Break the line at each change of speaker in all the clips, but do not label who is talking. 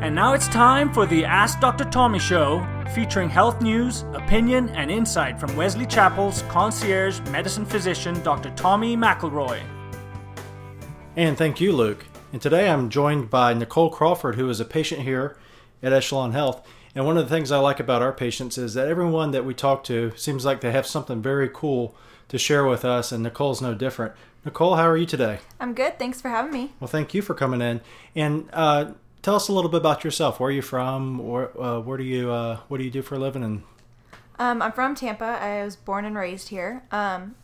And now it's time for the Ask Dr. Tommy Show, featuring health news, opinion, and insight from Wesley Chapel's concierge medicine physician, Dr. Tommy McElroy.
And thank you, Luke. And today I'm joined by Nicole Crawford, who is a patient here at Echelon Health. And one of the things I like about our patients is that everyone that we talk to seems like they have something very cool to share with us, and Nicole's no different. Nicole, how are you today?
I'm good. Thanks for having me.
Well, thank you for coming in. And uh, tell us a little bit about yourself. Where are you from? Or uh, where do you uh, what do you do for a living? And
Um, I'm from Tampa. I was born and raised here. Um,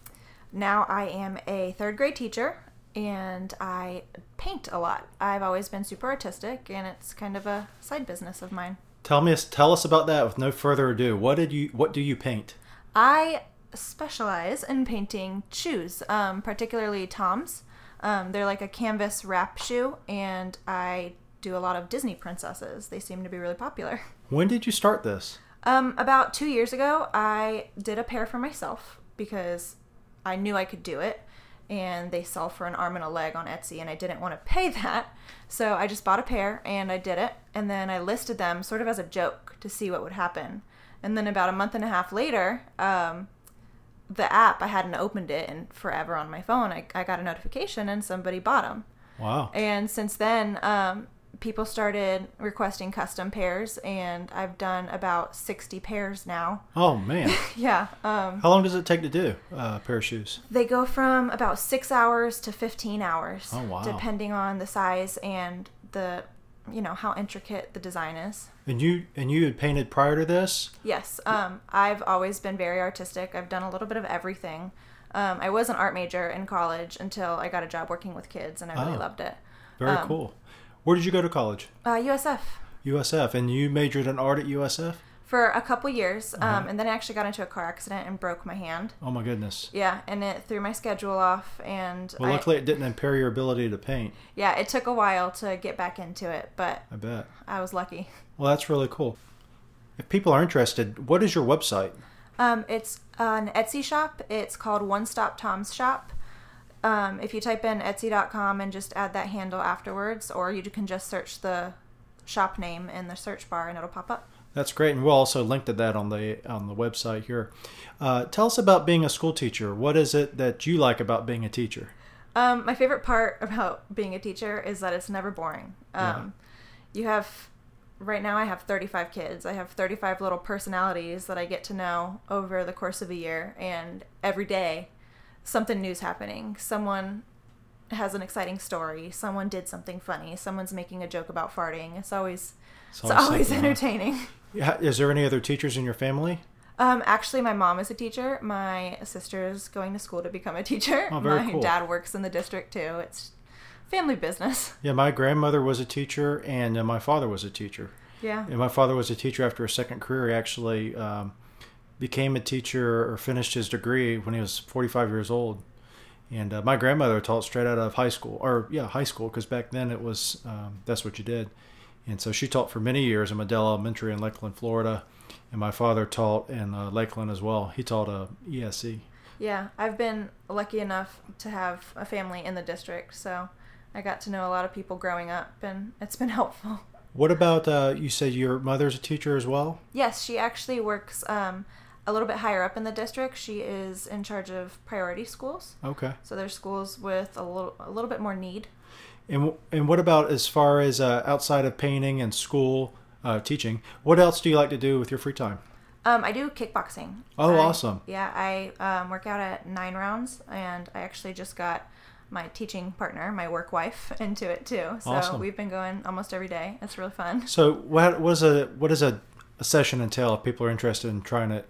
now I am a third grade teacher and I paint a lot. I've always been super artistic and it's kind of a side business of mine.
tell me tell us about that with no further ado. What did you what do you paint?
I specialize in painting shoes, um, particularly Toms. Um, they're like a canvas wrap shoe and I do a lot of Disney princesses. They seem to be really popular.
When did you start this?
Um, about two years ago, I did a pair for myself because I knew I could do it, and they sell for an arm and a leg on Etsy, and I didn't want to pay that, so I just bought a pair and I did it, and then I listed them sort of as a joke to see what would happen, and then about a month and a half later, um, the app I hadn't opened it in forever on my phone, I, I got a notification and somebody bought them.
Wow.
And since then, um, people started requesting custom pairs, and I've done about 60 pairs now.
Oh man.
Yeah. Um,
How long does it take to do uh, a pair of shoes?
they go from about six hours to 15 hours,
Oh, wow.
depending on the size and the, you know, how intricate the design is.
And you and you had painted prior to this.
Yes. Um, I've always been very artistic. I've done a little bit of everything. Um, I was an art major in college until I got a job working with kids, and I really
Oh.
loved it.
Very
Um,
cool. Where did you go to college?
Uh, USF.
USF, and you majored in art at USF.
for a couple years,
Uh-huh.
um, and then I actually got into a car accident and broke my hand.
Oh my goodness.
Yeah, and it threw my schedule off, and
Well,
I-
luckily it didn't impair your ability to paint.
yeah, it took a while to get back into it, but
I bet.
I was lucky.
Well, that's really cool. If people are interested, what is your website?
Um, it's an Etsy shop. It's called One Stop Tom's Shop. Um, if you type in Etsy.com and just add that handle afterwards, or you can just search the shop name in the search bar and it'll pop up.
That's great, and we'll also link to that on the on the website here. Uh, tell us about being a school teacher. What is it that you like about being a teacher?
Um, my favorite part about being a teacher is that it's never boring. Um, You have, right now, I have 35 kids. I have 35 little personalities that I get to know over the course of a year, and every day, something new's happening. Someone has an exciting story. Someone did something funny. Someone's making a joke about farting. It's always, it's
always
always,
something, huh?
entertaining.
Yeah, Is there any other teachers in your family?
Um, actually, my mom is a teacher. My sister's going to school to become a teacher.
Oh, very
my
cool.
dad works in the district too. It's family business.
Yeah, my grandmother was a teacher, and uh, my father was a teacher.
Yeah.
And my father was a teacher after a second career. He actually um, became a teacher or finished his degree when he was 45 years old. And uh, my grandmother taught straight out of high school, or yeah, high school, because back then it was um, that's what you did. And so she taught for many years in Medell Elementary in Lakeland, Florida. And my father taught in uh, Lakeland as well. He taught uh, ESE.
Yeah. I've been lucky enough to have a family in the district, so I got to know a lot of people growing up, and it's been helpful.
What about uh, you said your mother's a teacher as well?
Yes, she actually works um, a little bit higher up in the district. She is in charge of priority schools.
Okay.
So there's schools with a little a little bit more need.
And and what about as far as uh, outside of painting and school uh, teaching? What else do you like to do with your free time?
Um, I do kickboxing.
Oh,
I-
awesome.
Yeah, I um, work out at nine rounds, and I actually just got my teaching partner, my work wife, into it too. So
Awesome.
we've been going almost every day. It's really fun.
So what what is a what does a, a session entail if people are interested in trying it?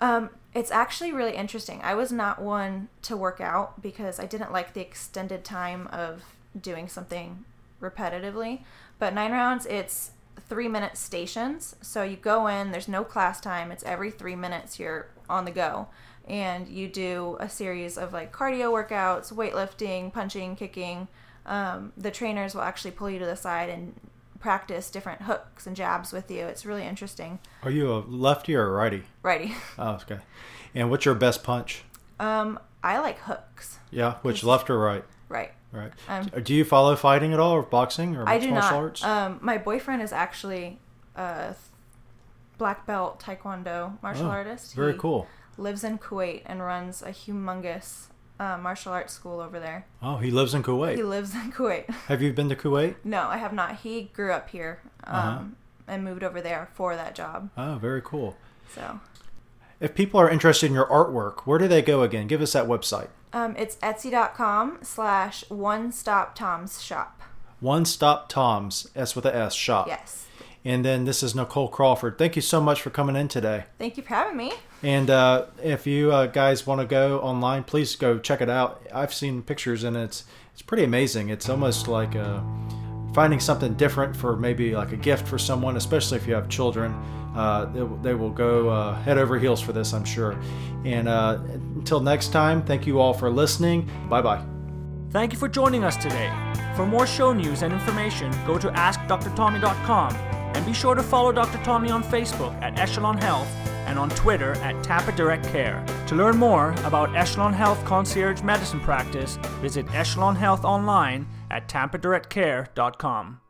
Um, it's actually really interesting. I was not one to work out because I didn't like the extended time of doing something repetitively. But nine rounds, it's three minute stations. So you go in, there's no class time. It's every three minutes you're on the go. And you do a series of like cardio workouts, weightlifting, punching, kicking. Um, the trainers will actually pull you to the side and practice different hooks and jabs with you. It's really interesting.
Are you a lefty or a righty?
Righty.
Oh, okay. And what's your best punch?
Um, I like hooks.
Yeah, which left or right?
Right.
Right. Uh,
Um,
Do you follow fighting at all, or boxing, or
I
mixed
do
martial
not.
arts?
Um, my boyfriend is actually a th- black belt taekwondo martial
Oh,
artist.
Very
He
cool.
Lives in Kuwait and runs a humongous uh, martial arts school over there.
Oh, he lives in Kuwait.
He lives in Kuwait.
Have you been to Kuwait?
no, I have not. He grew up here um,
Uh-huh.
and moved over there for that job.
Oh, very cool.
So
If people are interested in your artwork, where do they go again? Give us that website.
um, it's etsy.com slash one stop Tom's shop.
One Stop Toms, S with a S, shop.
Yes.
And then this is Nicole Crawford. Thank you so much for coming in today.
Thank you for having me.
And uh, if you uh, guys want to go online, please go check it out. I've seen pictures and it's it's pretty amazing. It's almost like uh finding something different for maybe like a gift for someone, especially if you have children. Uh, they, will- they will go uh, head over heels for this, I'm sure. And uh, until next time, thank you all for listening. Bye bye.
Thank you for joining us today. For more show news and information, go to AskDrTommy.com and be sure to follow Dr. Tommy on Facebook at Echelon Health and on Twitter at Tappa Direct Care. To learn more about Echelon Health Concierge Medicine Practice, visit Echelon Health online at tampadirectcare.com.